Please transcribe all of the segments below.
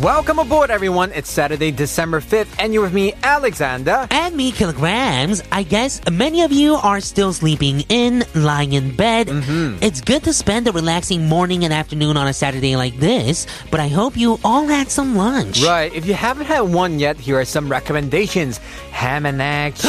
Welcome aboard, everyone. It's Saturday, December 5th, and you're with me, Alexander. And me, kilograms. I guess many of you are still sleeping in, lying in bed. Mm-hmm. It's good to spend a relaxing morning and afternoon on a Saturday like this, but I hope you all had some lunch. Right, if you haven't had one yet, here are some recommendations ham and egg, cheese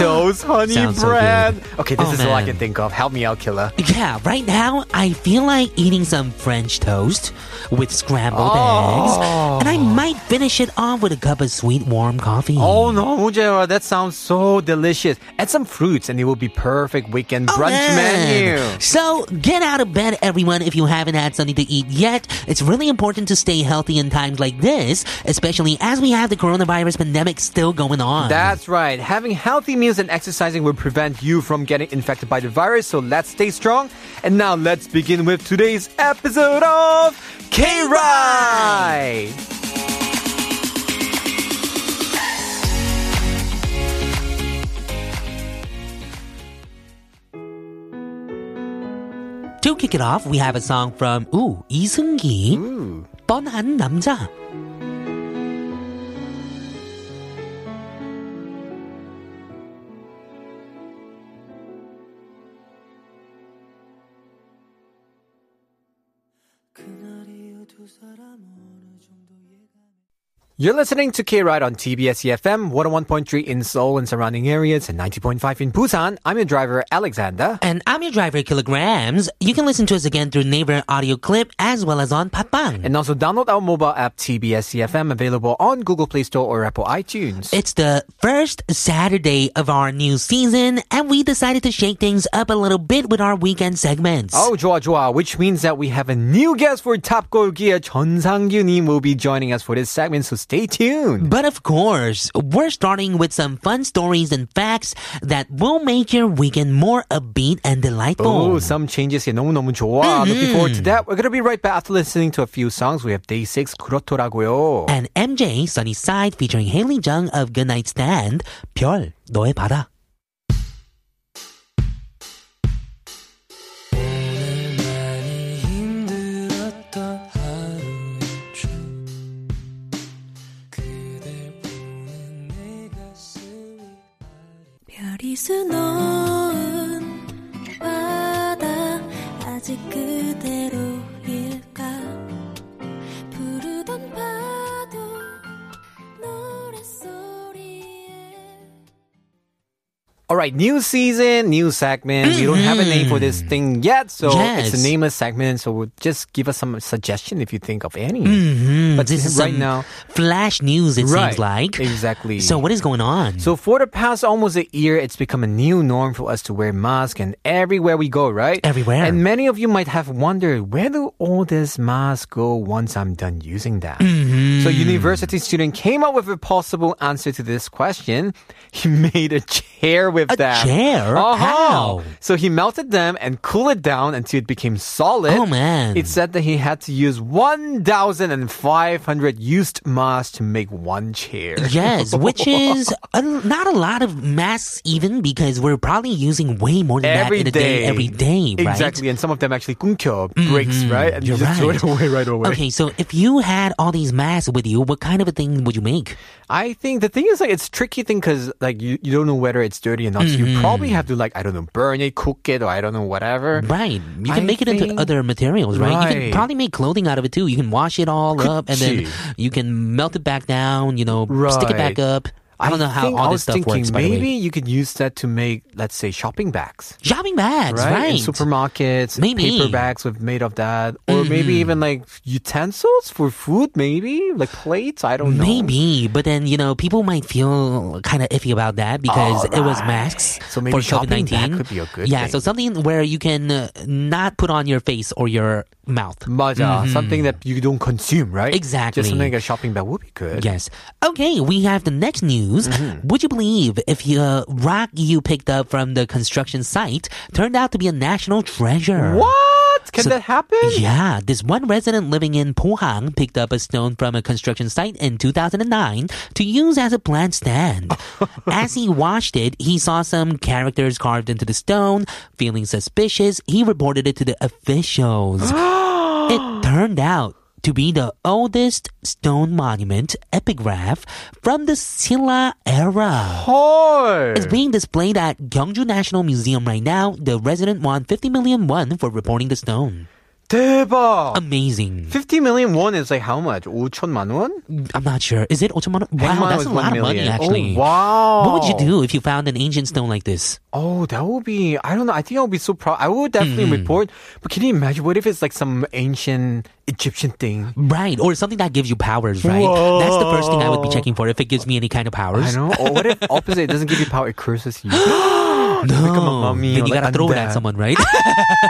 toast, honey Sounds so bread. good. okay, this Oh, is all I man. can think of. Help me out, killer. Yeah, right now I feel like eating some French toast with scrambled Oh. eggs, and I might finish it off with a cup of sweet warm coffee. Oh no, Mujera, that sounds so delicious. Add some fruits, and it will be perfect weekend Oh, brunch man. menu. So get out of bed, everyone, if you haven't had something to eat yet. It's really important to stay healthy in times like this, especially as we have the coronavirus pandemic still going on. That's right. Having healthy meals and exercising will prevent you from getting infected by the virus, so let's stay strong. And now let's begin with today's episode of K Ride! to kick it off, we have a song from ooh 이승기, 뻔한 남자. You're listening to K Ride on TBS EFM 101.3 in Seoul and surrounding areas and 90.5 in Busan. I'm your driver, Alexander. And I'm your driver, Kilograms. You can listen to us again through Naver audio clip as well as on Papang. And also download our mobile app TBS EFM E available on Google Play Store or Apple iTunes. It's the first Saturday of our new season, and we decided to shake things up a little bit with our weekend segments. Oh, 좋아, 좋아, which means that we have a new guest for Top Goal Gear. Chun Sang-gyu님 will be joining us for this segment, so stay tuned. But of course, we're starting with some fun stories and facts that will make your weekend more upbeat and delightful. Oh, some changes here. 너무너무 좋아. Mm-hmm. Looking forward to that. We're going to be right back after listening to a few songs. We have Day 6, 그렇더라고요. And MJ Sunny Side featuring Haley Jung of Goodnight Stand, 별 너의 바다. 별이 수놓은 바다 아직 그대로일까 부르던 파도 노랫소리에 All right, new season, new segment. We don't have a name for this thing yet, so Mm-hmm. Yes. it's a nameless segment. So we'll just give us some suggestion if you think of any. Mm, But this is right some now- flash news. It Right, seems like exactly. So what is going on? So for the past almost a year, it's become a new norm for us to wear masks and everywhere we go, right? Everywhere. And many of you might have wondered where do all these masks go once I'm done using them? Mm-hmm. So university student came up with a possible answer to this question. He made a chair with A them. chair? Uh-huh. How? So he melted them and cooled it down until it became solid. Oh, man. It said that he had to use 1,500 used masks to make one chair. Yes, which is a, not a lot of masks even because we're probably using way more than that in a day every day, right? Mm-hmm. Exactly, and some of them actually kumkyo breaks, right? And You're you just throw it right. away right away. Okay, so if you had all these masks with you, what kind of a thing would you make? I think the thing is like it's tricky thing because like you, you don't know whether it's dirty or not. So Mm-hmm. you probably have to like I don't know burn it, cook it, or I don't know whatever. Right. You can I make it into think- other materials, right? You can Right. probably make clothing out of it too. You can wash it all up and then Kuchi. you can melt it back down, you know, stick it back Right. up. I don't know how think all I was this stuff thinking works, by the maybe way. you could use that to make let's say shopping bags. Shopping bags, Right? right? in supermarkets, Maybe. Mm-hmm. paper bags with made of that, or maybe even like utensils for food, maybe like plates. I don't know. Maybe, but then you know people might feel kind of iffy about that because it was masks So maybe for COVID shopping nineteen. bag could be a good yeah, thing. so something where you can uh, not put on your face or your mouth. 맞아. Something that you don't consume, right? Mm-hmm. Exactly. Just something like a shopping bag would be good. Mm-hmm. Yes. Okay, we have the next news. Would you believe if the rock you picked up from the construction site turned out to be a national treasure? What? Can So- that happen? Yeah, this one resident living in Pohang picked up a stone from a construction site in 2009 to use as a plant stand. as he washed it, he saw some characters carved into the stone. Feeling suspicious, he reported it to the officials. it turned out to be the oldest stone monument epigraph from the Silla era. Hard. It's being displayed at Gyeongju National Museum right now. The resident won 50 million won for reporting the stone. 대박. Um, Amazing. 50 million won is like how much? 5천만 원? I'm not sure. Is it Otomano? Wow, that's a lot of money actually. Oh, wow. What would you do if you found an ancient stone like this? Oh, that would be. I don't know. I think I would be so proud. I would definitely Mm-hmm. report. But can you imagine? What if it's like some ancient Egyptian thing? Right, or something that gives you powers, right? That's the first thing I would be checking for if it gives me any kind of powers. I know. Or what if opposite? It doesn't give you power. It curses you. No. become a mummy Then or you like gotta throw it undead. at someone, right?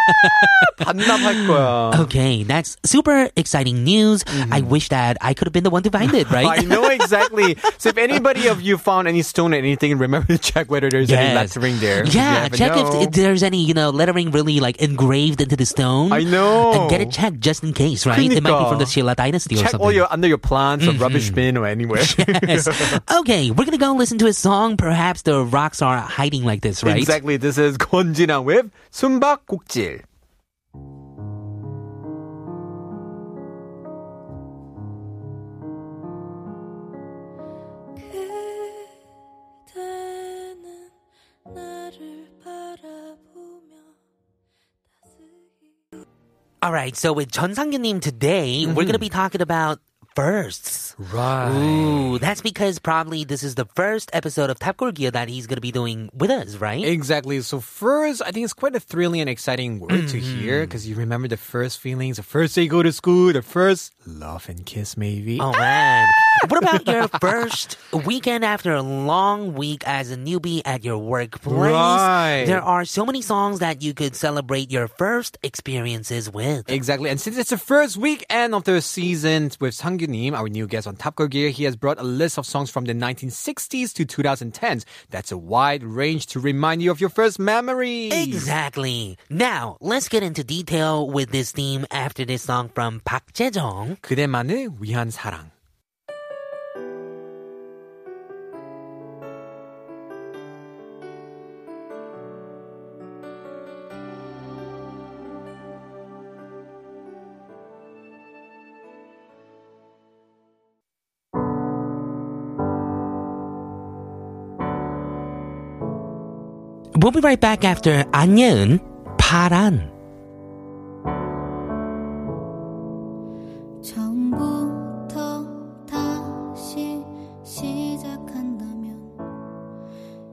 반납할 거야. okay, that's super exciting news. I wish that I could have been the one to find it, right? Mm-hmm. I know exactly. So if anybody of you found any stone or anything, remember to check whether there's any Yes. lettering there. You Yeah, never check if, know. if there's any you know lettering really like engraved into the stone. I know. And get it checked just in case, right? It might be from the Shilla dynasty or check something. Mm-hmm. all your under your plants or rubbish bin or anywhere. Yes. okay, we're gonna go listen to a song. Perhaps the rocks are hiding like this, right? Exactly. This is 권진아 with 숨바꼭질. 그대는 나를 바라보며 All right. So with Chun Sang-yunim today, we're gonna be talking about firsts. Mm-hmm. Right. Ooh, that's because probably this is the first episode of Top Gear that he's gonna be doing with us, right? Exactly. So first, I think it's quite a thrilling and exciting word to hear Mm-hmm. because you remember the first feelings, the first day you go to school, the first love and kiss, maybe. Oh man. What about your first weekend after a long week as a newbie at your workplace? Right. There are so many songs that you could celebrate your first experiences with. Exactly. And since it's the first weekend of the season with Sangyu-nim, our new guest on Top Girl Gear, he has brought a list of songs from the 1960s to 2010s. That's a wide range to remind you of your first memory. Exactly. Now, let's get into detail with this theme after this song from Park Jae-jong. 그대만을 위한 사랑. We'll be right back after 안 예은 파란. 처음부터 다시 시작한다면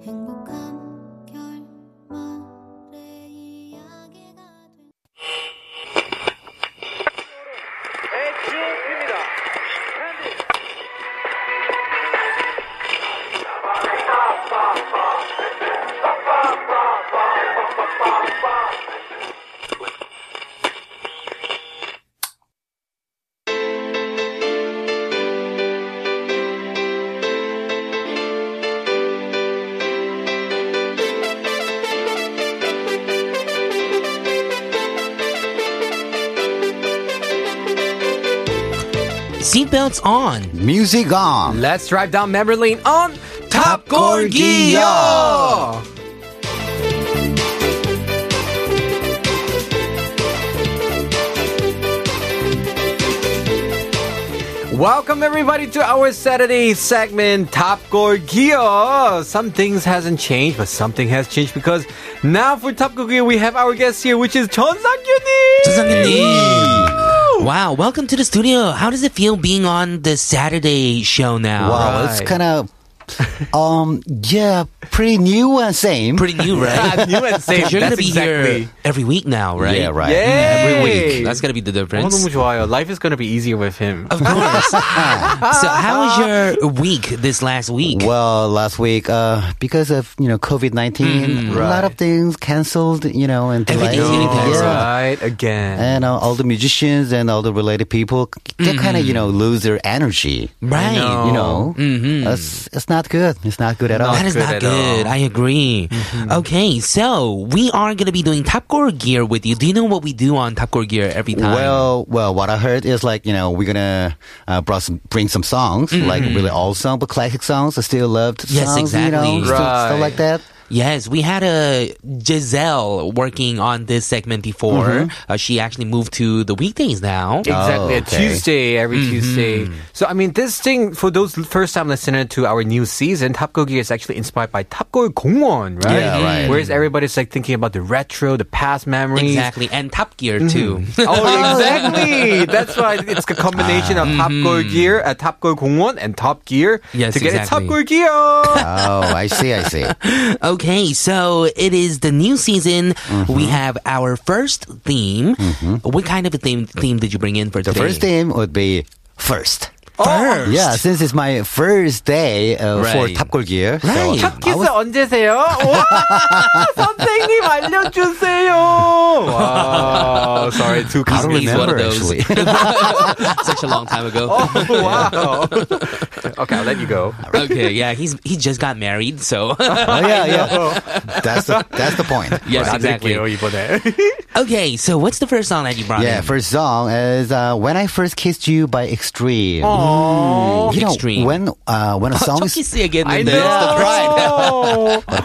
행복한 결말의 이야기가 될 Seatbelts on. Music on. Let's drive down memory lane on Top Girl Gear. Gear. Welcome everybody to our Saturday segment Top Gore Gear. Some things hasn't changed, but something has changed because now for Top Gore Gear we have our guest here, which is Chun Chun Sang Sang-yunim. Wow, welcome to the studio. How does it feel being on the Saturday show now? Wow, it's Right. kind of Um, yeah, pretty new and same. Pretty new, right? new and same. Because you're gonna That's be exactly. here every week now, right? Yeah, right. Oh, Yay! Every week. That's gonna be the 어, difference. 너무 좋아요. Life is gonna be easier with him. Of course. so how was your week this last week? Well, last week, uh, because of you know COVID 19 Mm-hmm. a lot of things canceled. You know, and delayed. Everything's getting canceled. Yeah. Right again. And uh, all the musicians and all the related people, they kind of you know lose their energy. Mm-hmm. Right. know. You know, it's, it's not good. It's not good at all. That is good at not good. all. I agree. Okay, so we are gonna be doing Top Gear Gear with you. Do you know what we do on Top Gear Gear every time? Well, well, what I heard is like you know we're gonna uh, brought some, bring some songs like really old songs, but classic songs. I still loved Yes, songs, you know, exactly. stuff, stuff Right. like that. Yes, we had a Giselle working on this segment before. Uh, she actually moved to the weekdays now. Exactly. Oh, a okay. Tuesday, every Tuesday. So, I mean, this thing, for those first time listener to our new season, Top Go Gear is actually inspired by Top Go Gongwon, right? Yeah, right. Whereas everybody's like thinking about the retro, the past memories. Exactly, and Top Gear too. Oh, exactly. That's why it's a combination of Top Go Mm-hmm. Gear, uh, Top Go Gongwon, and Top Gear Yes, to get it Top exactly. Go Gear. Oh, I see, I see. Okay, so it is the new season. We have our first theme. What kind of a theme theme did you bring in for The today? first name would be first. First. Yeah, since it's my first day uh, for Right. Top Girl Gear. So Right. 첫 키스 언제세요? 와, 선생님 알려주세요. Wow, sorry, too I don't He's one remember of those. actually. Such a long time ago. Oh, wow. okay, I'll let you go. Okay, yeah, he's he just got married, so oh yeah, yeah. That's the that's the point. yes, exactly. 나들게요, 이번에. Okay, so what's the first song that you brought Yeah, in? first song is uh, "When I First Kissed You" by Extreme. Oh, You know Extreme. when uh, when a song Chucky is C again. I in know. there. what a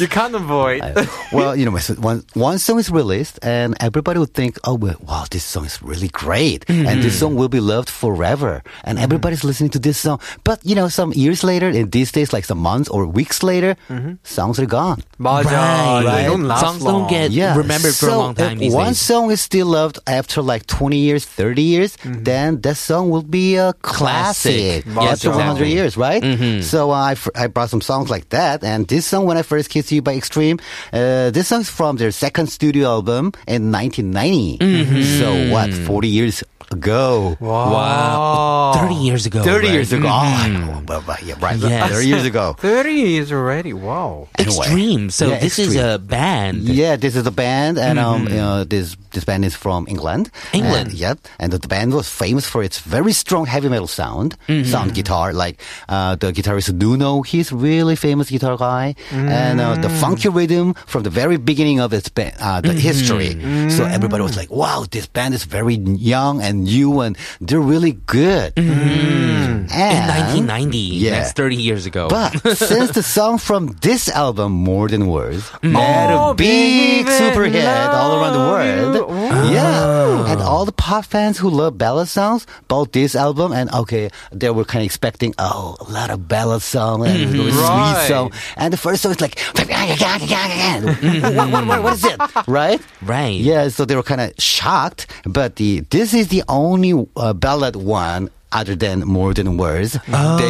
you can't avoid. well, you know, when- when one song is released, and everybody would think, "Oh, well, wow, this song is really great, and this Mm-hmm. song will be loved forever." And everybody's listening to this song, but you know, some years later, and these days, like some months or weeks later, Mm-hmm. songs are gone. 맞아. Right. They don't last Songs long. don't get remembered for a so long time If these one days. song is still loved after like 20 years, 30 years, then that song will be a classic, Mm-hmm. Classic. Yes, after 100 exactly. Mm-hmm. years, right? So uh, I, f- I brought some songs like that. And this song, When I First Kissed You by Extreme, uh, this song's from their second studio album in 1990. Mm-hmm. So what, 40 years ago? Wow. 30 years ago. 30 right? years ago. Oh, well, well, yeah, right. Mm-hmm. Yes. 30 years ago. 30 years already. Wow. Anyway. Extreme. So Yeah, this is Extreme. a band. Mm-hmm. Yeah, this is a band, and um, you know, this this band is from England. England. and, yep. And the band was famous for its very strong heavy metal sound, Mm-hmm. sound guitar. Like uh, the guitarist Nuno, he's really famous guitar guy, and uh, Mm. the funky rhythm from the very beginning of its ba- uh, Mm-hmm. the history. So everybody was like, "Wow, this band is very young and new, and they're really good." And Mm-hmm. In 1990. Yeah. That's 30 years ago. but since the song from this album, More Than Words, had a Oh, big baby, super hit all around the love Oh. world. Yeah. And all the pop fans who love ballad songs bought this album and okay, they were kind of expecting, oh, a lot of ballad song and a little Mm-hmm. Right. sweet song. And the first song is like, what, what, what, what is it? Mm-hmm. Right? Right. Yeah, so they were kind of shocked, but the this is the only uh, ballad one other than More Than Words they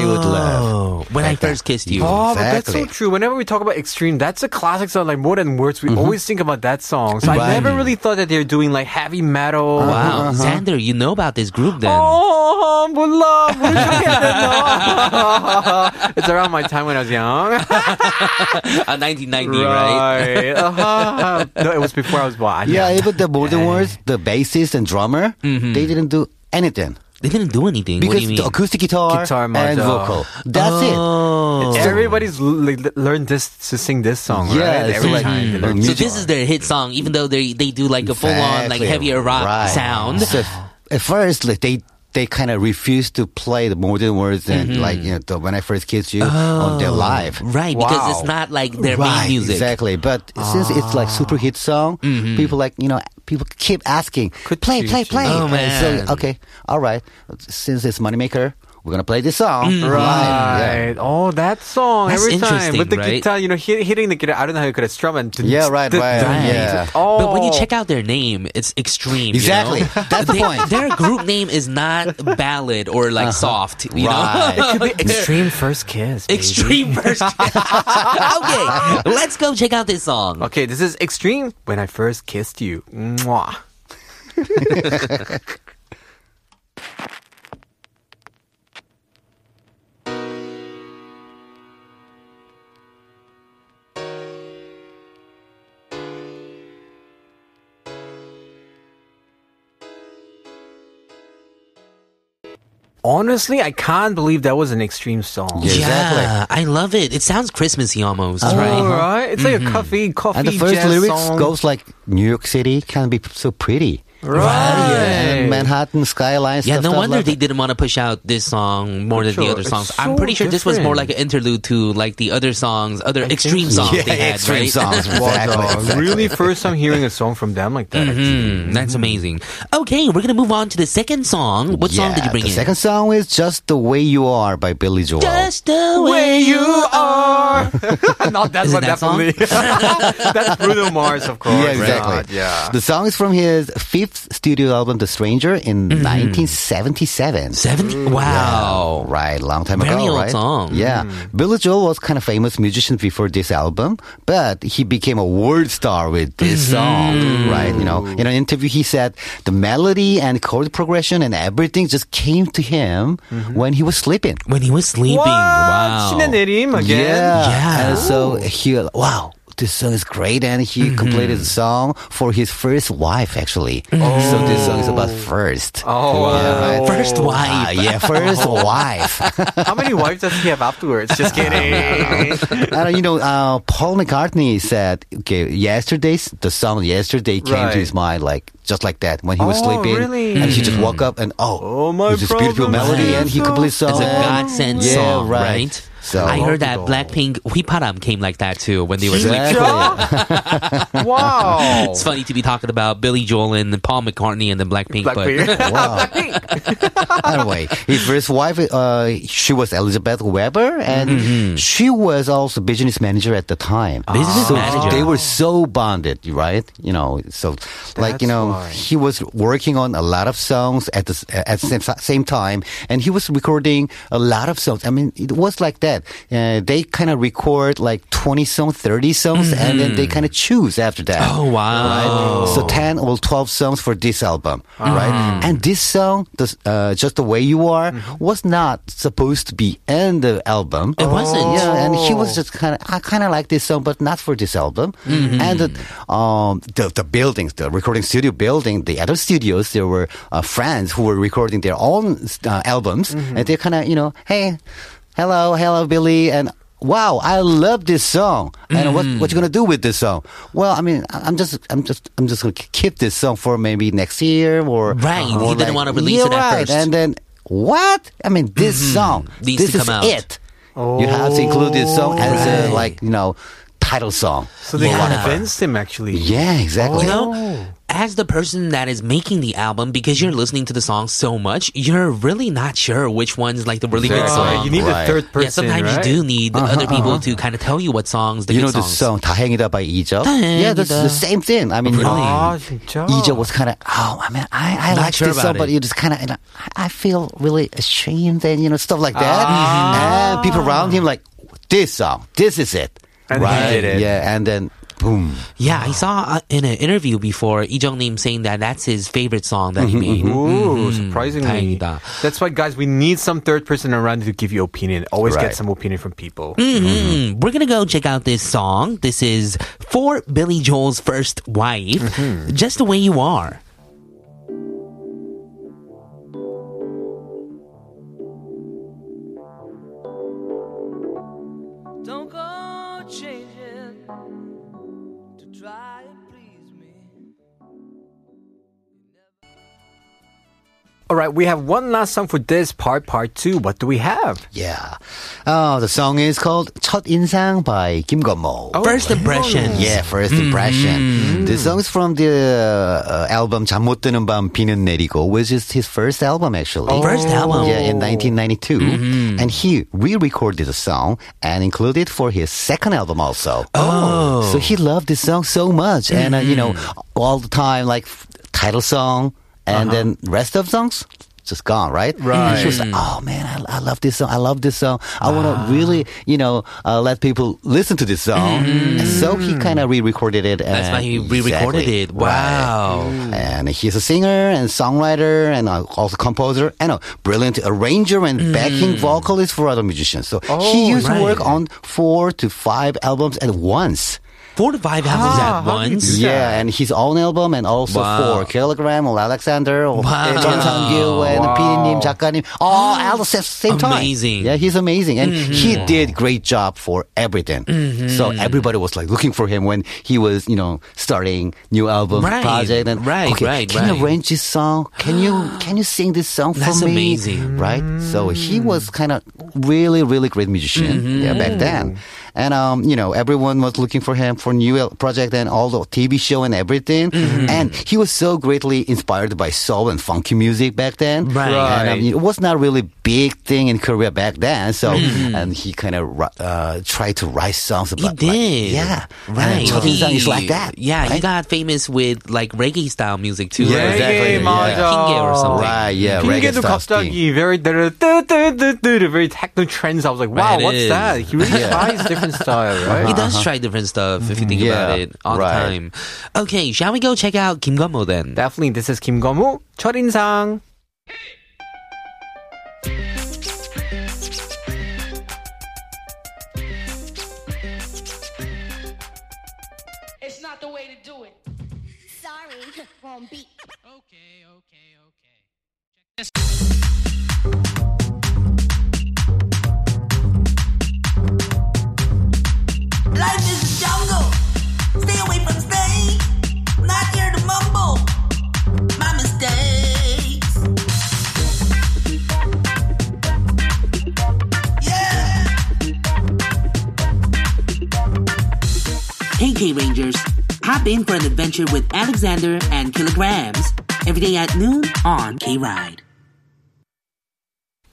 would love. Oh, when I first kissed you. Oh, but that's so Exactly. true. Whenever we talk about extreme, that's a classic song. Like more than words, we always think about that song. So I Right. never really thought that they're doing like heavy metal. Uh-huh, Wow. Xander, you know about this group then. Oh, 몰라. 우리 저기 안 됐나? It's around my time when I was young. Uh, 1990, right? Right. Uh-huh. No, it was before I was born. Yeah, even the modern words, the bassist and drummer, they didn't do anything They didn't do anything. Mm-hmm. what do because you mean? the acoustic guitar, Guitar, and 맞아. vocal. That's Oh. Everybody's l- like, learned this to sing this song, it. Yeah, right? it's Every like Mm. time. they a learn. So music- this is their hit song, even though they they do like a full on like Exactly. heavier rock Right. sound. So at first, like, they they kind of refused to play the modern words and like you know the when I first kissed you on their live. Mm-hmm. Oh, Right, because it's Wow. not like their right, main music. Ah. Mm-hmm. exactly. But since it's like super hit song, people like you know people keep asking, play, play, play. Oh, And man. So okay, all right. Since it's moneymaker, we're gonna play this song Mm, live. Yeah. Right. Oh, that song. That's Every time interesting, with the right? guitar, you know, hit, hitting the guitar. I don't know how you could have strum and Yeah, right, right, yeah. Oh, But when you check out their name, it's extreme. you know? Exactly. That's the They- point. Uh-huh. Their group name is not ballad or like soft, you know? Right. Could be extreme first kiss. baby. Extreme version. okay, let's go check out this song. Okay, this is extreme. When I first kissed you. Mwah. Honestly, I can't believe that was an extreme song. Yeah. exactly. Oh, Yeah, I love it. It sounds Christmassy almost, All right? right, it's like a coffee, coffee. Mm-hmm. And the first jazz lyrics song. goes like New York City can be so pretty. right. And Manhattan skyline. Yeah, stuff, no stuff wonder like they that. didn't want to push out this song more than Sure, the other it's songs. so I'm pretty sure this was more like different. an interlude to like the other songs, other extreme so. songs Yeah, Oh, they had, extreme right? songs. Exactly. Wow, exactly. Really, first time hearing a song from them like that. Mm, that's Hmm. amazing. Okay, we're gonna move on to the second song. What song did you Yeah, bring the in? second song is "Just the Way You Are" by Billy Joel. Just the way you are. Not that Is one, it that song? definitely. That's Bruno Mars, of course. Yeah, exactly. Oh, God, yeah. The song is from his fifth studio album, The Stranger, in Mm-hmm. 1977. Mm, Seven. Wow. Oh, Right, long time Very ago, old right? song. Yeah, Billy Joel was kind of famous musician before this album, but he became a world star with this song, right? You know, in an interview he said the melody and chord progression and everything just came to him when he was sleeping. When he was sleeping. What? Wow. 신의내림 again. Yeah. Yeah. And so he, wow, this song is great. And he completed the song for his first wife, actually. So this song is about first. Oh, Yeah, wow. right. First wife. Ah, yeah, first wife. How many wives does he have afterwards? Just kidding. and, you know, uh, Paul McCartney said, okay, yesterday's, the song yesterday came Right. to his mind, like, just like that, when he was Oh, sleeping. really? And he just woke up and, oh, Oh, my it's this beautiful problem melody. is And he so- completed Hmm. the It's song. a godsend Yeah, song, right. right? So- I heard that Love Blackpink 휘파람 came like that too when they were sleeping. Exactly. wow. It's funny to be talking about Billy Joel and Paul McCartney and then Blackpink, but Blackbeard. Wow. anyway, his first wife, uh, she was Elizabeth Weber, and she was also business manager at the time. Mm-hmm. Business so manager. They were so bonded, right? You know, so like That's you know, why. he was working on a lot of songs at the s- at the same, same time, and he was recording a lot of songs. I mean, it was like that. Uh, they kind of record like twenty songs, thirty songs, and then they kind of choose after that. Mm-hmm. Oh, wow. Mm-hmm. Right? So 10 or 12 songs for this album, right? And this song, this, uh, Just the Way You Are, was not supposed to be in the album. It wasn't. Yeah, and Oh. he was just kind of, I kind of like this song, but not for this album. Mm-hmm. And the, um, the, the buildings, the recording studio building, the other studios, there were uh, friends who were recording their own uh, albums, Mm-hmm. and they kind of, you know, hey, hello, hello, Billy, and wow, I love this song. And what Mm-hmm. what you gonna do with this song? Well, I mean, I- I'm just I'm just I'm just gonna keep this song for maybe next year or Right, he or didn't wanna release yeah, it at right. first. And then what? I mean, this song Needs this to is come out. it. You have to include this song as a Oh, Right. like you know title song. So they Yeah. convinced him, actually. Yeah, exactly. you Oh. know, as the person that is making the album, because you're listening to the song so much, you're really not sure which one's like the really good Right, song. you need a Right. Uh-huh, third person. yeah, sometimes right? you do need other people to kind of tell you what songs the You good know the songs. song "다행이다" by Ija. 다행이다. Yeah, that's the same thing. I mean, Really? Ah, 진짜. Ija was kind of, oh, I mean, I, I Not like sure this about song, but it. it is kind of, you know, I I feel really ashamed and, you know, stuff like that. Ah. And people around him, like, this song, this is it. And he did it. Yeah, and then, boom. Yeah, I saw uh, in an interview before Lee Jung Nim saying that that's his favorite song that he made. Mm-hmm, Ooh, surprisingly. Mm-hmm. 다행이다. That's why, guys, we need some third person around to give you opinion. Always Right. get some opinion from people. Mm-hmm. Mm, we're gonna go check out this song. This is for Billy Joel's first wife, Mm-hmm. just the way you are. Don't go changing to try and please me. All right, we have one last song for this part, part two. What do we have? Yeah. Uh, the song is called 첫 인상 by Kim Gomo. First impressions. Yeah, first Mm-hmm. impression. This song is from the uh, album 잠 못 드는 밤 비는 내리고, which is his first album actually. Oh. First album. Mm-hmm. Yeah, in 1992, and he re-recorded the song and included it for his second album also. Oh, so he loved this song so much, and uh, you know, Mm-hmm. all the time like f- title song Uh-huh. and then rest of songs. Just gone, right? Right. And she was like, "Oh man, I, I love this song. I love this song. I want Ah. to really, you know, uh, let people listen to this song." And so he kind of re-recorded it. Mm-hmm. That's and- why he re-recorded it. Exactly. Wow. And he's a singer and songwriter and uh, also composer and a brilliant arranger and Mm. backing vocalist for other musicians. So Oh, he used to work on four to five albums at once. Four to five Ah, albums at once. Yeah, and his own album and also Wow. for Kilogram or Alexander or Wow. John Sang-gil and PD님, 작가님, all at the sa- same time. Amazing. Mm-hmm. Yeah, he's amazing. And he did great job for everything. So everybody was like looking for him when he was, you know, starting new album Right, project and right, okay, right, can right. you arrange this song? Can you can you sing this song for That's me? amazing. Right? So he Mm. was kind of really, really great musician Mm-hmm. yeah, back then. And, um, you know, everyone was looking for him for new el- project and all the TV show and everything. Mm-hmm. And he was so greatly inspired by soul and funky music back then. Right. And, um, it was not really big thing in Korea back then. So, and he kind of uh, tried to write songs Mm-hmm. He about like- did. yeah. Right. And 첫인상 is like that. Yeah, he right? got famous with like reggae style music too. Yeah, exactly. reggae, 맞아. Yeah. Pinge or something. Right, yeah. reggae 핑계도 stuff thing. 갑자기 very 뜨뜨뜨뜨, very techno trends. I was like, wow, Right, it what's is. Uh-huh. that? He really tries different style, He right? does try different stuff if you think Uh-huh. Yeah, about it all right. the time. Okay, shall we go check out Kim Gummo then? Definitely, this is Kim Gomu, 첫인상. It's not the way to do it. Sorry, wrong beat. Okay, okay, okay. Life is a jungle. Stay away from snakes. Not here to mumble. My mistakes. Yeah. Hey K Rangers, hop in for an adventure with Alexander and Kilograms every day at noon on K Ride.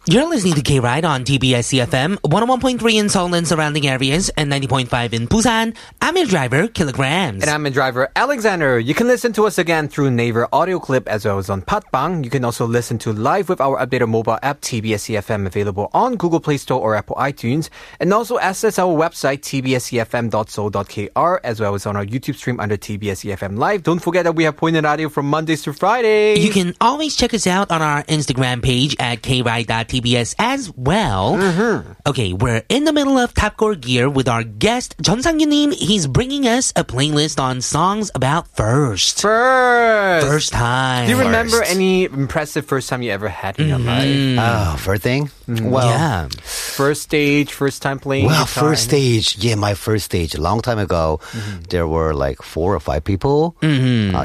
You're listening to K Ride on TBS CFM, 101.3 in Seoul and surrounding areas, and 90.5 in Busan. I'm your driver, Kilograms. And I'm a driver, Alexander. You can listen to us again through Naver audio clip as well as on Patbang. You can also listen to live with our updated mobile app, TBS EFM, E available on Google Play Store or Apple iTunes. And also access our website, E tbsefm.so.kr, as well as on our YouTube stream under TBS EFM E Live. Don't forget that we have pointed audio from Mondays to Fridays. You can always check us out on our Instagram page at kride.tbs as well. Mm-hmm. Okay, we're in the middle of Top Core Gear with our guest, John Sang-yunim. He's bringing us a playlist on songs about first. First. First time. Do you remember First. any impressive first time you ever had in your Mm-hmm. life? Oh, first thing? Well, Yeah. First stage, first time playing. Well, guitar? first stage, yeah, my first stage a long time ago. Mm-hmm. There were like four or five people uh,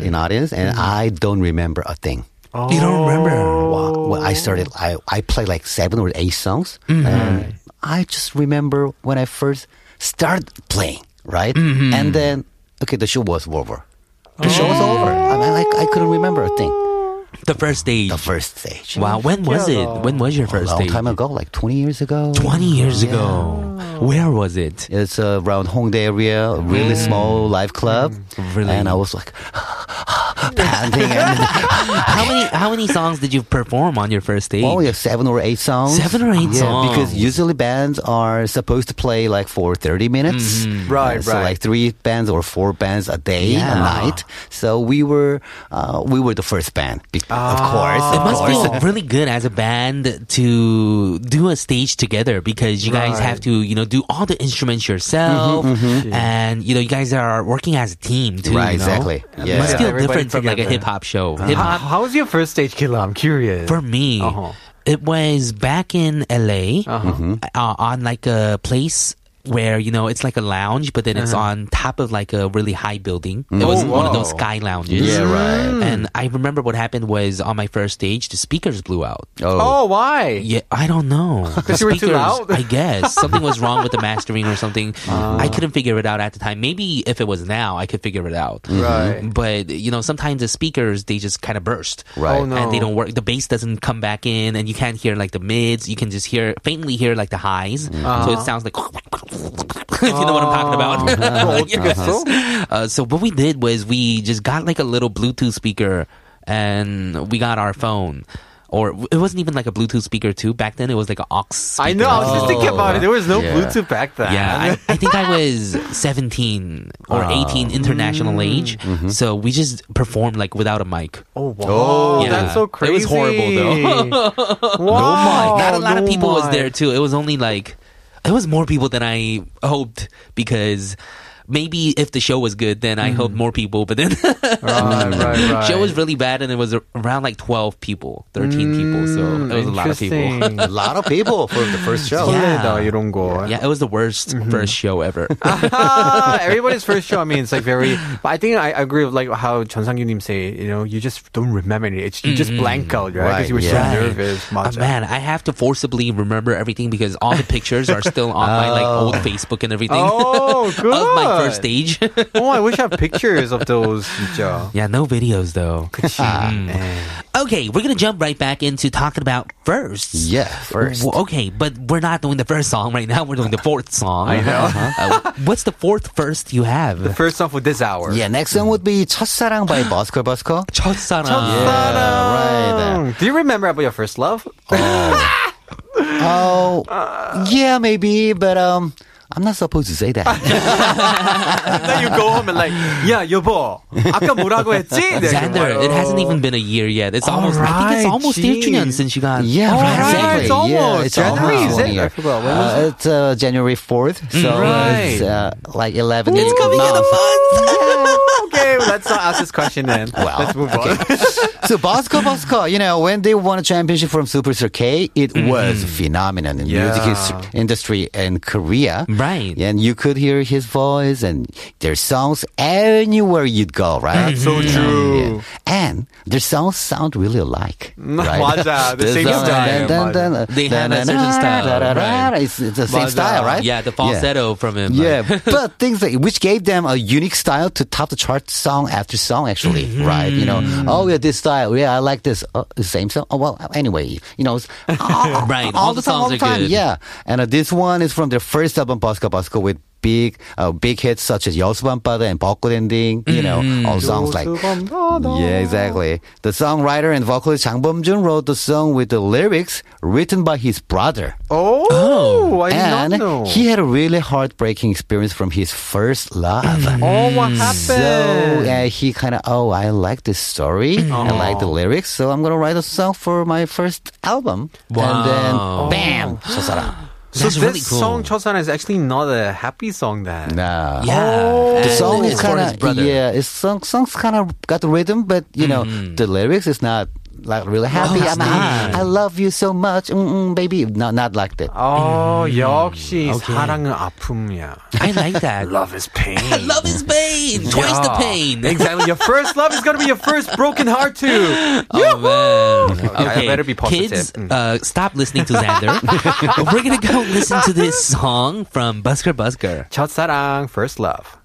in audience, and I don't remember a thing. You Oh. don't Mm-hmm. remember. Wow. Well, I started, I I played like seven or eight songs, Mm-hmm. and I just remember when I first started playing, right? Mm-hmm. And then, okay, the show was over. The show was over. I mean, like I couldn't remember a thing. The first stage. The first stage, wow, when was it? When was your a first long stage? time ago, like twenty years ago. 20 years ago. Where was it? It's uh, around Hongdae area, a really small live club. Mm. Really? And I was like panting. And, How many how many songs did you perform on your first stage? oh, yeah, seven or eight songs. Seven or eight yeah, songs. Because usually bands are supposed to play like for 30 minutes. Mm-hmm. Right, Uh, so right. like three bands or four bands a day, a night. So we were uh, we were the first band, be- of course. It of must course. feel really good as a band to do a stage together because you guys have to, you know, do all the instruments yourself, and you know, you guys are working as a team too. Mm-hmm, Right, you know? exactly. It Yeah. must feel Everybody Uh-huh. different from like a together. hip hop show. Hip How, hop how was your first stage, Killa? I'm curious. for me, Uh-huh. Mm-hmm. it was back in LA uh on like a place where you know it's like a lounge, but then it's Uh-huh. on top of like a really high building. It was one of those sky lounges. Oh, Yeah, Mm. right. And I remember what happened was on my first stage, the speakers blew out. Oh, Oh, why? Yeah, I don't know. The you were too loud? Uh. I guess something was wrong with the mastering or something. I couldn't figure it out at the time. Maybe if it was now, I could figure it out. Mm. Right. But you know, sometimes the speakers they just kind of burst. Oh, right. no. And they don't work. The bass doesn't come back in, and you can't hear like the mids. You can just hear faintly hear like the highs. Uh-huh. So it sounds like if you know what I'm talking about. Oh, 그래서? Uh, so what we did was we just got like a little Bluetooth speaker and we got our phone. Or it wasn't even like a Bluetooth speaker too. Back then it was like an aux. I speaker. know. I was just thinking about it. There was no Yeah. Bluetooth back then. Yeah, I, I think I was 17 or Ah. 18 international age. Mm-hmm. So we just performed like without a mic. oh wow, Yeah. that's so crazy. It was horrible, though. wow, Not a lot of Oh, no people was mic. there too. It was only like it was more people than I hoped because maybe if the show was good, then I hoped more people. But then Mm-hmm. Right, right, right. Mm, show was really bad, and it was around like twelve people, thirteen people. So it was a lot of people. a lot of people for the first Oh, show. Yeah. 설레다 이런 거. Yeah, it was the worst Mm-hmm. first show ever. Ah, everybody's first show. I mean, it's like very. But I think I agree with like how Chun Sang Yunim say. You know, you just don't remember it. It's, you Mm-hmm. just blank out, right? Because Right, you were yeah. so nervous. Uh, 맞아. man, I have to forcibly remember everything because all the pictures are still on my like old Facebook and everything Oh, good. of my first stage. Oh, I wish I have pictures of those. 진짜. yeah, no videos though. Mm. Okay, we're gonna jump right back into talking about firsts. Yeah, first. Well, okay, but we're not doing the first song right now. We're doing the fourth song. I know. what's the fourth first you have? The First off, with this hour. Yeah, next song would be 첫사랑 by Busker Busker. 첫사랑. Yeah, right. Do you remember about your first love? Oh, yeah, maybe, but um, I'm not supposed to say that. then you go home and like, yeah, 여보, 아까 뭐라고 했지? Xander, it hasn't even been a year yet. It's almost. I think it's right, almost geez. 1주년 since you got. yeah, right, right, exactly. it's almost. yeah, it's January, almost is it? one year. I forgot. When was uh, It's uh, January 4th, so Right. it's uh, like 11. It's coming in a Oh. okay, let's not ask this question then. Well, let's move on. so Bosco Bosco, you know, when they won a championship from Super K, it Mm-hmm. was a phenomenon in Yeah. music his- industry in Korea. Right. And you could hear his voice and their songs anywhere you'd go, right? so Mm-hmm. true. Yeah. And their songs sound really alike. Right? 맞아, the same song, style. dun, dun, dun, They have a dun, dun, certain style, dun, dun, right. dun. It's, it's the same 맞아. style, right? Yeah, the falsetto from him. Yeah, like- but things that, which gave them a unique style to top the chart song after song, actually, Mm-hmm. right? You know, oh yeah, this style, yeah, I like this. Uh, the same song. Oh, well, anyway, you know, it's- all, Right, all all, the the time, songs all are the time, good. yeah. And uh, this one is from their first album, Bosco Bosco, with big, uh, big hits such as Yosubanpada and Bokku Ending. You know, Mm-hmm. all songs like. Yeah, exactly. The songwriter and vocalist Chang Bom-jun wrote the song with the lyrics written by his brother Oh, I did and not know. he had a really heartbreaking experience from his first love. Mm-hmm. oh, what happened? So uh, he kind of, oh, I like this story. I like Oh. the lyrics. So I'm going to write a song for my first album. And then, bam! 첫사랑. so That's this really cool. song Chosan is actually not a happy song then. Nah. Yeah. Oh, The And song it's is for kind his of brother. yeah. It's song songs kind of got the rhythm, but you know Mm-hmm. the lyrics is not like really happy. it's I'm, I, not. I love you so much, mm-mm, baby. Not not like that. Oh, 역시 사랑은 아픔이야. I like that. Love is pain. Love is pain. Twice the pain. exactly. Your first love is gonna be your first broken heart too. Oh, man. Okay, I better be positive. Kids, Mm. uh, stop listening to Xander. We're going to go listen to this song from Busker Busker. 첫사랑, first love.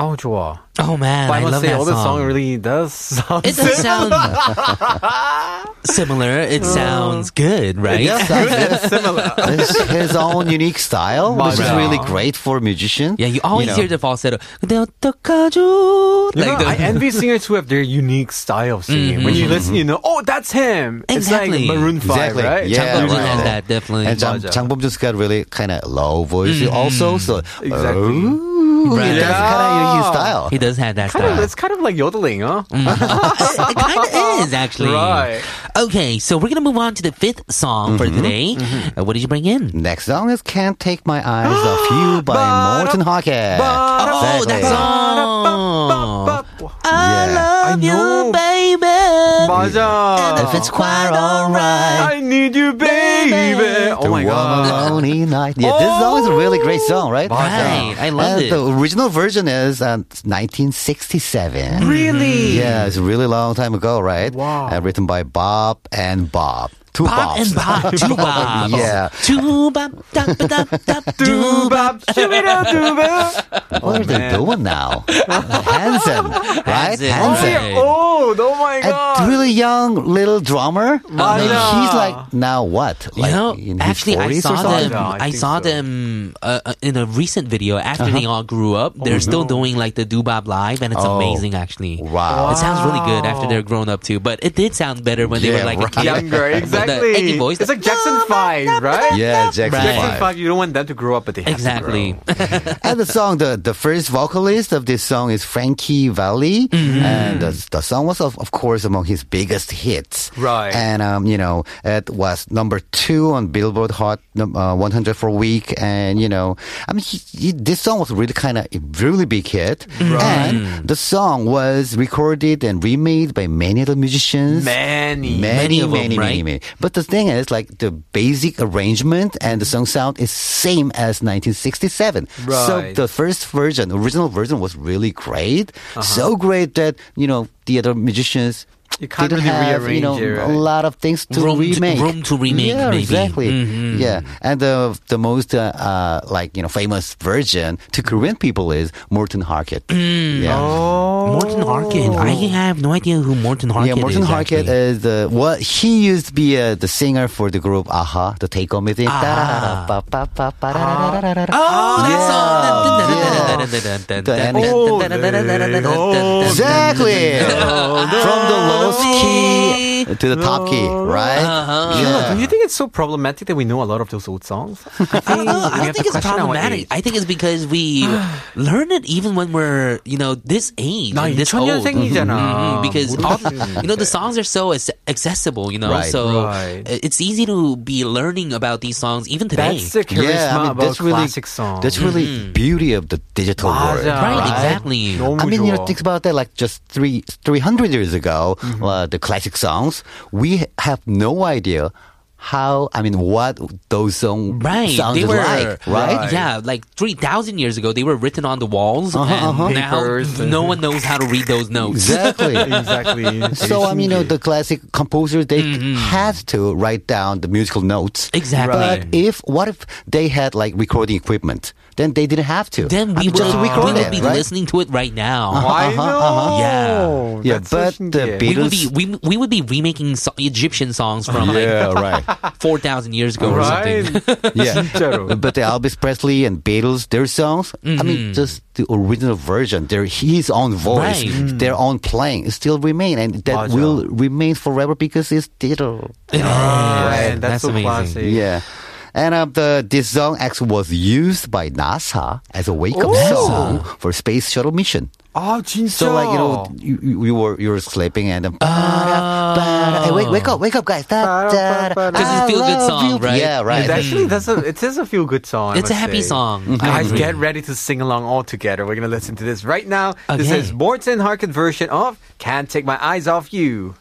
Oh, 좋아. Oh, man. But I I must love say, that all the song song. really does sound. it does sound similar. It sounds good, right? Yeah, similar. It's his own unique style, which is 맞아요. really great for musicians. Yeah, you always know. hear the falsetto. 근데 어떡하죠? You Like know, I the- Mm-hmm. envy singers who have their unique style of singing. When you listen, you know, oh, that's him. Exactly. It's like Maroon Five, Exactly. right? Yeah, Jang Beom-jun right. has that definitely. And Jang, 맞아. Jang Bom-jun's got really kind of low voice also, so Exactly. "Oh, Ooh, Mm-hmm. Right. that's kind of his style. He does have that Kind of, style. it's kind of like yodeling, huh? Mm. it kind of is actually. Right. Okay, so we're gonna move on to the fifth song for today. Uh, what did you bring in? Next song is Can't Take My Eyes Off You by Morton Hackett. Oh, that song. I Yeah. love I you, know. baby. 맞아. If it's quite alright. I need you, baby. Oh the my one god. lonely night. Yeah, this song is a really great song, right? Right, I love and it. The original version is uh, 1967. Really? Yeah, it's a really long time ago, right? Wow. Uh, written by Bob and Bob. Two Bob Bobs. and Bob, two Bobs. Yeah. Two Bob, da, ba, da, da, do Bob. Doobop, shibida doobop. what are they doing now? Hanson, Oh, right? Hanson, Hanson. right. Oh, oh my A god. really young little drummer. Wow. Maybe he's like now what? You Like know, in his actually, I 40s or saw something? them. Yeah, I I, think saw so. them uh, uh, in a recent video after Uh-huh. they all grew up. They're still doing like the Dubab live, and it's Oh. amazing. Actually, Wow. it sounds really good after they're grown up too. But it did sound better when they Yeah, were like a right. kid. Younger, With the exactly. eggy voice. It's like Jackson 5, right? Yeah, Jackson Right. Jackson Five. 5, you don't want them to grow up, but they have exactly. To and the song, the, the first vocalist of this song is Frankie Valli, Mm-hmm. and the, the song was of, of course among his biggest hits. Right. and um, you know it was number two on Billboard Hot num- uh, 100 for a week, and you know, I mean, he, he, this song was really kind of a really big hit, and the song was recorded and remade by many other musicians. grow. Many. Many, Many of them, many, many, right? many. But the thing is, like the basic arrangement and the song sound is same as 1967. So Right. the first version, original version, was really great, Uh-huh. so great that you know the other musicians. You can't didn't really have, rearrange you know, it, right? a lot of things to Room to- remake. room to remake, Yeah, maybe. Mm-hmm. exactly. Yeah, and the the most uh, uh, like you know famous version to Korean people is Morton Harkett. Mm. Yeah. Oh, Morton Harkin. I have no idea who Morton Harkin Yeah, is. Morten Harket actually. is the what he used to be uh, the singer for the group Aha, the take home music. Aha. Oh, Da-da-da-da-ba-ba-ba-ba-da-da-da-da-da-da. that Yeah. Oh, song. Exactly. From the lowest key to the top key, right? Uh-huh. Yeah. Do Yeah. you think it's so problematic that we know a lot of those old songs? I think, Oh, I don't know. I we don't have think to it's question our problematic. age. I think it's because we learn it even when we're, you know, this age, 나 and this old. 2000년생이잖아. Mhm, because all, 모르지. you know the songs are so ac- accessible, you know, Right. so Right. uh, it's easy to be learning about these songs even today. That's the charisma Yeah, I mean, about that's really, classic songs. that's really beauty of the digital world. 맞아. right, exactly. 너무 I mean, you know, 좋아. think about that. Like just three, three hundred years ago, uh, the classic songs. We have no idea how. I mean, what those songs Right, they sounded were like, right? Yeah, like three thousand years ago, they were written on the walls, Uh-huh, and now Papers and- no one knows how to read those notes. Exactly. exactly. so I mean, you know, the classic composers they Mm, had to write down the musical notes. Exactly. But if what if they had like recording equipment? Then they didn't have to. Then we I mean, would, just we would record it, be right? Uh-huh. listening to it right now. I know. Yeah. Yeah, That's so but 신기해. the big- We would be we, we would be remaking so- Egyptian songs from Yeah, right. like four thousand years ago or right? something. Yeah. 진짜로. but the Elvis Presley and Beatles, their songs, I mean, Mm-hmm. just the original version, their his own voice, Right. Mm. their own playing, still remain, and 맞아. that will remain forever because it's digital. Right, Right. that's, so classic. Yeah. And uh, the, this song actually was used by NASA as a wake up song for space shuttle mission. 아 진짜. So like you know you, you you were you were sleeping and then hey, wake wake up wake up guys da, da, da, Just a I feel-good love song, you. right? yeah It right actually, that's a it is a feel good song. I hmm. It's a must happy say. song. I Guys, agree. get ready to sing along all together. We're gonna listen to this right now. This Okay. is Morton Harkin version of "Can't Take My Eyes Off You."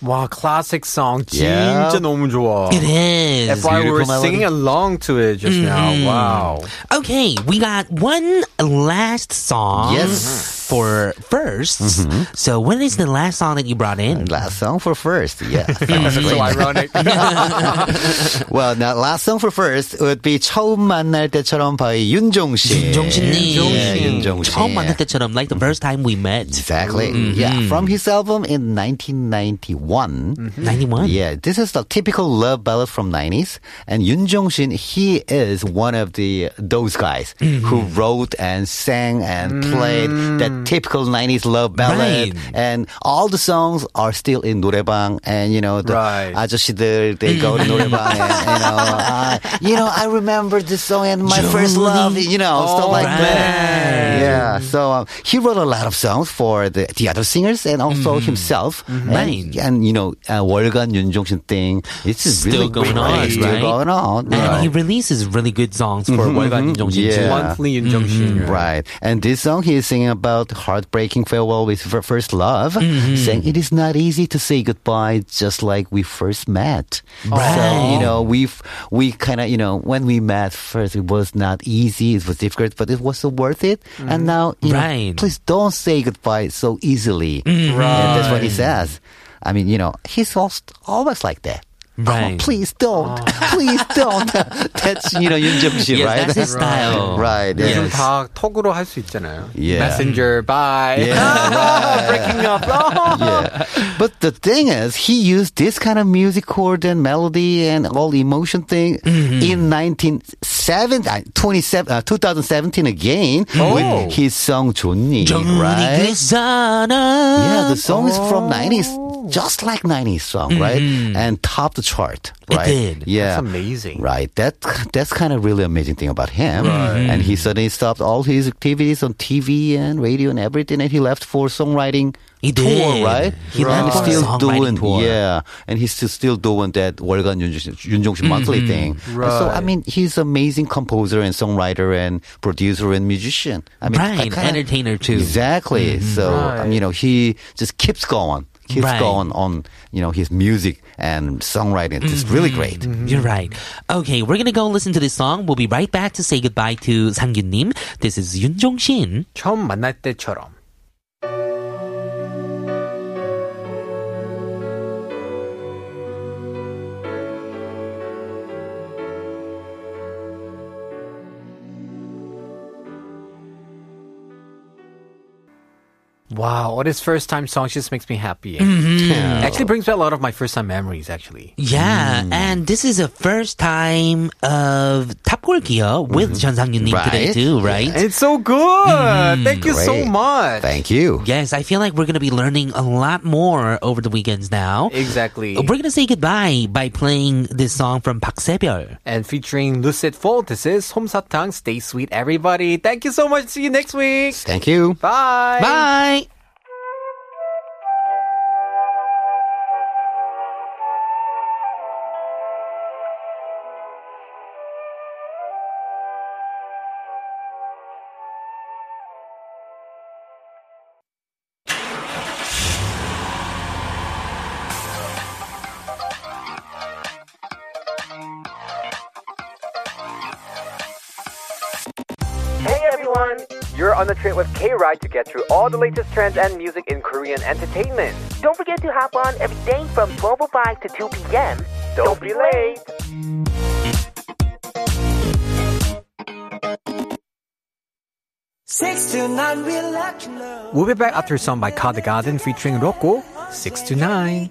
Wow, classic song. Yeah. 진짜 너무 좋아. It is. If I were Beautiful singing along to it just now, wow. Okay, we got one last song. yes Mm-hmm. for 1st So when is the last song that you brought in? Last song for first, yeah. sounds So great. ironic. well, now last song for first would be 처음 만날 때처럼 by 윤종 씨. 윤종신님. Yeah, 윤종 씨. 처음 만날 때처럼 like the first time we met. Exactly. Yeah, from his album in 1991. Mm-hmm. 91. Yeah, this is the typical love ballad from 90s. And Yun Jong-shin, he is one of the those guys who wrote and sang and played that typical 90s love Right. ballad. And all the songs are still in 노래방. And, you know, the Right. 아저씨들, they go to 노래방. and, you know, uh, you know, I remember this song and my first love, you know, stuff like that. Yeah, so um, he wrote a lot of songs for the, the other singers and also Mm-hmm. himself. Right. And, and, you know, uh, 월간 윤종신 thing, it's Still really going great. on, It's still right? going on. And right. Mm-hmm. he releases really good songs for 월간 윤종신 Yeah. Monthly injunction. Mm, Right. And this song he's singing about heartbreaking farewell with fir- first love, Mm-hmm. saying it is not easy to say goodbye just like we first met. So, you know, we've, we kind of, you know, when we met first, it was not easy. It was difficult, but it was so worth it. And now, you Mm-hmm. Right. Mm-hmm. know, please don't say goodbye so easily. And that's what he says. I mean, you know, he's al- always like that. Right. Oh, please don't. Please don't. that's, you know, Yun Jung Yes, right? that's his style. right. 요즘 Yes. 다 톡으로 할 수 있잖아요. Yeah. Messenger, bye. Yeah. Breaking up. yeah. But the thing is, he used this kind of music chord and melody and all emotion thing in 1970, uh, 27, uh, 2017 again with his song Johnny, 정훈이 그 right? 사람. Yeah, the song is from 90s, just like 90s song, right? And topped the chart, It right? did. Yeah. That's amazing. Right. That that's kind of really amazing thing about him. And he suddenly stopped all his activities on TV and radio and everything, and he left for songwriting He tour, did. right? He and left he's for still songwriting doing tour. yeah, and he's still, still doing that 월간 윤종신 Mm-hmm. 윤종신 monthly thing. And So I Right. mean, he's amazing composer and songwriter and producer and musician. I mean, Right, kinda- entertainer too. Mm-hmm. Exactly. So um, you know, he just keeps going. Keeps Right. going on, you know, his music and songwriting. It's Mm-hmm. really great. You're right. Okay, we're gonna go listen to this song. We'll be right back to say goodbye to 상균님. This is Yun Jongshin. 처음 만날 때처럼. Wow, all this first time songs just makes me happy. Mm-hmm. Actually brings back a lot of my first time memories actually. Yeah, and this is the first time of Top Girl Gear with Jeon 상균님 today Right. too, right? It's so good. Thank you so Great. much. Thank you. Yes, I feel like we're gonna be learning a lot more over the weekends now. Exactly. We're gonna say goodbye by playing this song from Park Sebyeol. and featuring Lucid Fall. This is Homsatang. Stay sweet, everybody. Thank you so much. See you next week. Thank you. Bye. Bye. Hey everyone! You're on the train with K Ride to get through all the latest trends and music in Korean entertainment. Don't forget to hop on every day from 12.05 to 2 p.m. Don't be late. We'll be back after a song by Ka the Garden featuring Rocco, 6 to 9.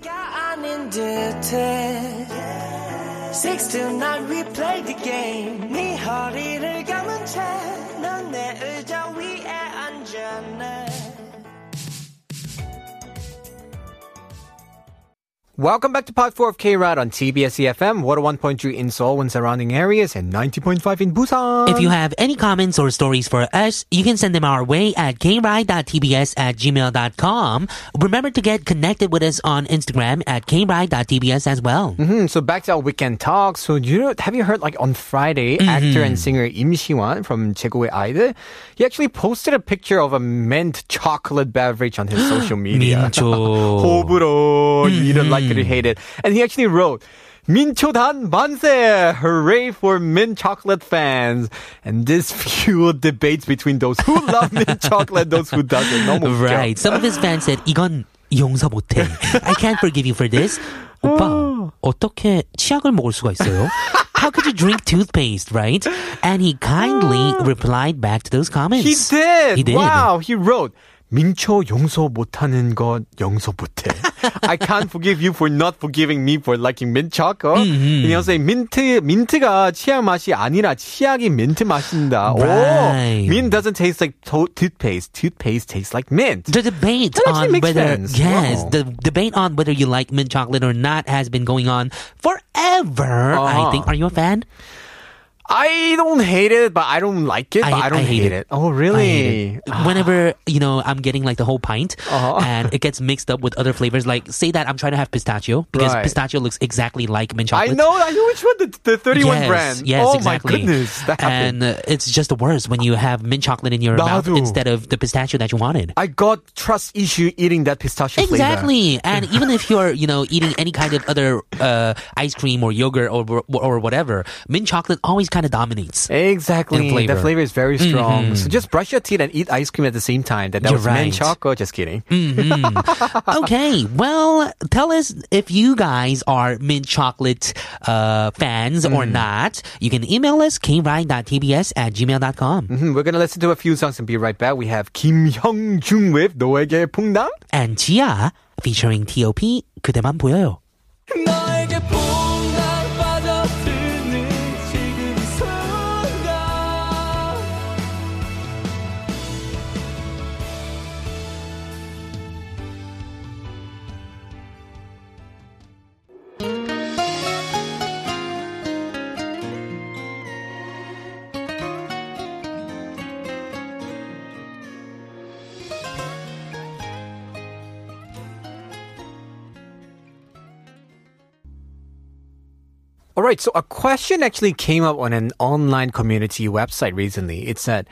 Welcome back to Part 4 of K-Ride on TBS EFM, 101.3 in Seoul and surrounding areas, and 90.5 in Busan. If you have any comments or stories for us, you can send them our way at kride.tbs at gmail.com. Remember to get connected with us on Instagram at kride.tbs as well. Hmm, so back to our weekend talk. So you know, have you heard like on Friday, Mm-hmm. actor and singer Im Siwan from 최고의 아이들, he actually posted a picture of a mint chocolate beverage on his social media. 민초. Oh, 호불호, you don't like it, you hate it. And he actually wrote, 민초단 만세! Hooray for mint chocolate fans! And this fueled debates between those who love mint chocolate, those who doesn't. 너무 웃겨. Right. Some of his fans said 이건 용서 못해. I can't forgive you for this. Oh. 오빠 어떻게 치약을 먹을 수가 있어요? How could you drink toothpaste, right? And he kindly replied back to those comments. He did. He did. Wow, he wrote. 민초 용서 못하는 것 용서 못해. I can't forgive you for not forgiving me for liking mint choco. Mm-hmm. And he also say 민트 민트가 치약 맛이 아니라 치약이 민트 맛인다. Right. Oh, mint doesn't taste like to- toothpaste. Toothpaste tastes like mint. The debate That actually on makes whether sense. yes, Wow. the debate on whether you like mint chocolate or not has been going on forever. I Uh-huh. think. Are you a fan? I don't hate it, but I don't like it. but I don't hate, it. Oh, I really? Ah. hate it. Whenever you know, I'm getting like the whole pint, Uh-huh. and it gets mixed up with other flavors. Like, say that I'm trying to have pistachio because Right. pistachio looks exactly like mint I chocolate. know. I know which one the, the thirty-one Yes, brand. yes, oh exactly. my goodness, that happened. and uh, it's just the worst when you have mint chocolate in your mouth 나도. instead of the pistachio that you wanted. I got trust issue eating that pistachio flavor. Exactly, and even if you're, you know, eating any kind of other uh, ice cream or yogurt or or whatever, mint chocolate always kind of dominates. Exactly. And flavor. The flavor Mm-hmm. is very strong. So just brush your teeth and eat ice cream at the same time. That, that You're was mint right. choco. Just kidding. okay, well, tell us if you guys are mint chocolate uh, fans or not. You can email us kride.tbs at gmail.com. Mhm, We're going to listen to a few songs and be right back. We have Kim Hyung Jung with 너에게 풍당. And Gia featuring T.O.P. 그대만 보여요. All right, so a question actually came up on an online community website recently. It said,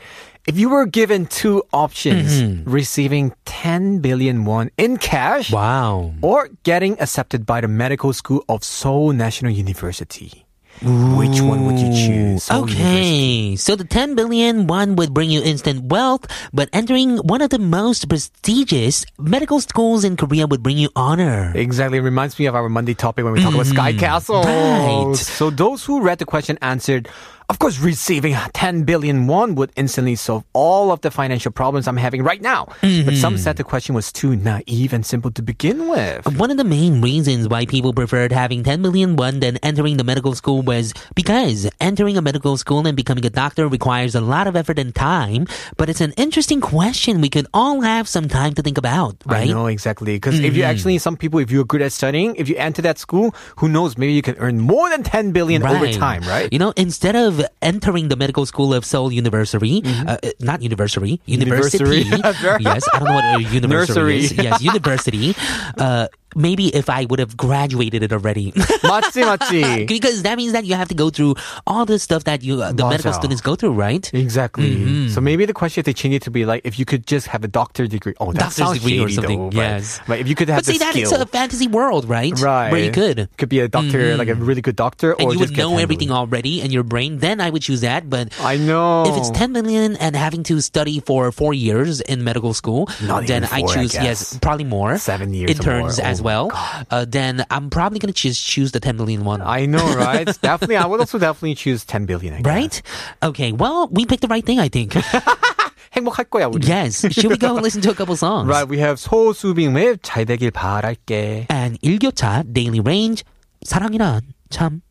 if you were given two options, receiving 10 billion won in cash Wow. or getting accepted by the Medical School of Seoul National University, which one would you choose? Seoul University. Okay, so the 10 billion one would bring you instant wealth, but entering one of the most prestigious medical schools in Korea would bring you honor. Exactly. It reminds me of our Monday topic when we talk about Sky Castle. Mm-hmm. Right. So those who read the question answered, of course, receiving 10 billion won would instantly solve all of the financial problems I'm having right now. But Mm-hmm. some said the question was too naive and simple to begin with. One of the main reasons why people preferred having 10 million won than entering the medical school was because entering a medical school and becoming a doctor requires a lot of effort and time, but it's an interesting question we could all have some time to think about, I right? Mm-hmm. know exactly because if you actually some people if you're good at studying if you enter that school who knows maybe you can earn more than 10 billion over time right You know, instead of entering the medical school of Seoul University, uh, uh, not university, university. Mm-hmm. University. Sure. yes, I don't know what a university Nursery. is. Yes, university. Uh, maybe if I would have graduated it already. 맞지 맞지 because that means that you have to go through all the stuff that you uh, the medical 맞아. students go through, right? Exactly. Mm-hmm. So maybe the question they change it to be like, if you could just have a doctor degree. Oh, that Doctor's sounds degree or shady something, Though, but- yes. But if you could have But the see, that it's skill, a fantasy world, right? right? Where you could. could be a doctor, like a really good doctor, And or you just would get know handling. everything already in your brain, then I would choose that. But I know. if it's 10 million and having to study for four years in medical school, Not then even I four, I choose, yes, guess. probably more. Seven years or Interns more. as Oh, well. God. Oh Uh, then I'm probably going to choose, choose the 10 million one. I know, right? definitely, I would also definitely choose 10 billion. I guess. right? Okay, well, we picked the right thing, I think. 행복할 거야 우리. yes. Should we go and listen to a couple songs? Right. We have So Subing with 잘 되길 바랄게. And 일교차, Daily Range, 사랑이란 참.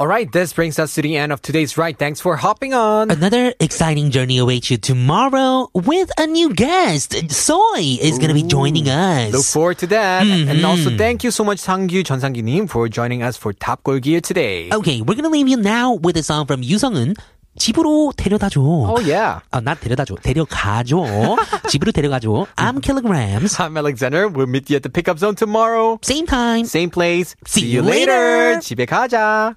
All right, this brings us to the end of today's ride. Thanks for hopping on. Another exciting journey awaits you tomorrow with a new guest. Soy is going to be joining us. Look forward to that. And also, Mm-hmm. thank you so much, Sangyu Chonsangyu-nim, for joining us for Top Goal Gear today. Okay, we're gonna leave you now with a song from 유성은 집으로 데려다줘. Oh, yeah. 아, 나 데려다줘. 데려가줘. 집으로 데려가줘. I'm kilograms. I'm Alexander. We'll meet you at the pickup zone tomorrow. Same time. Same place. See See you you later. later. 집에 가자.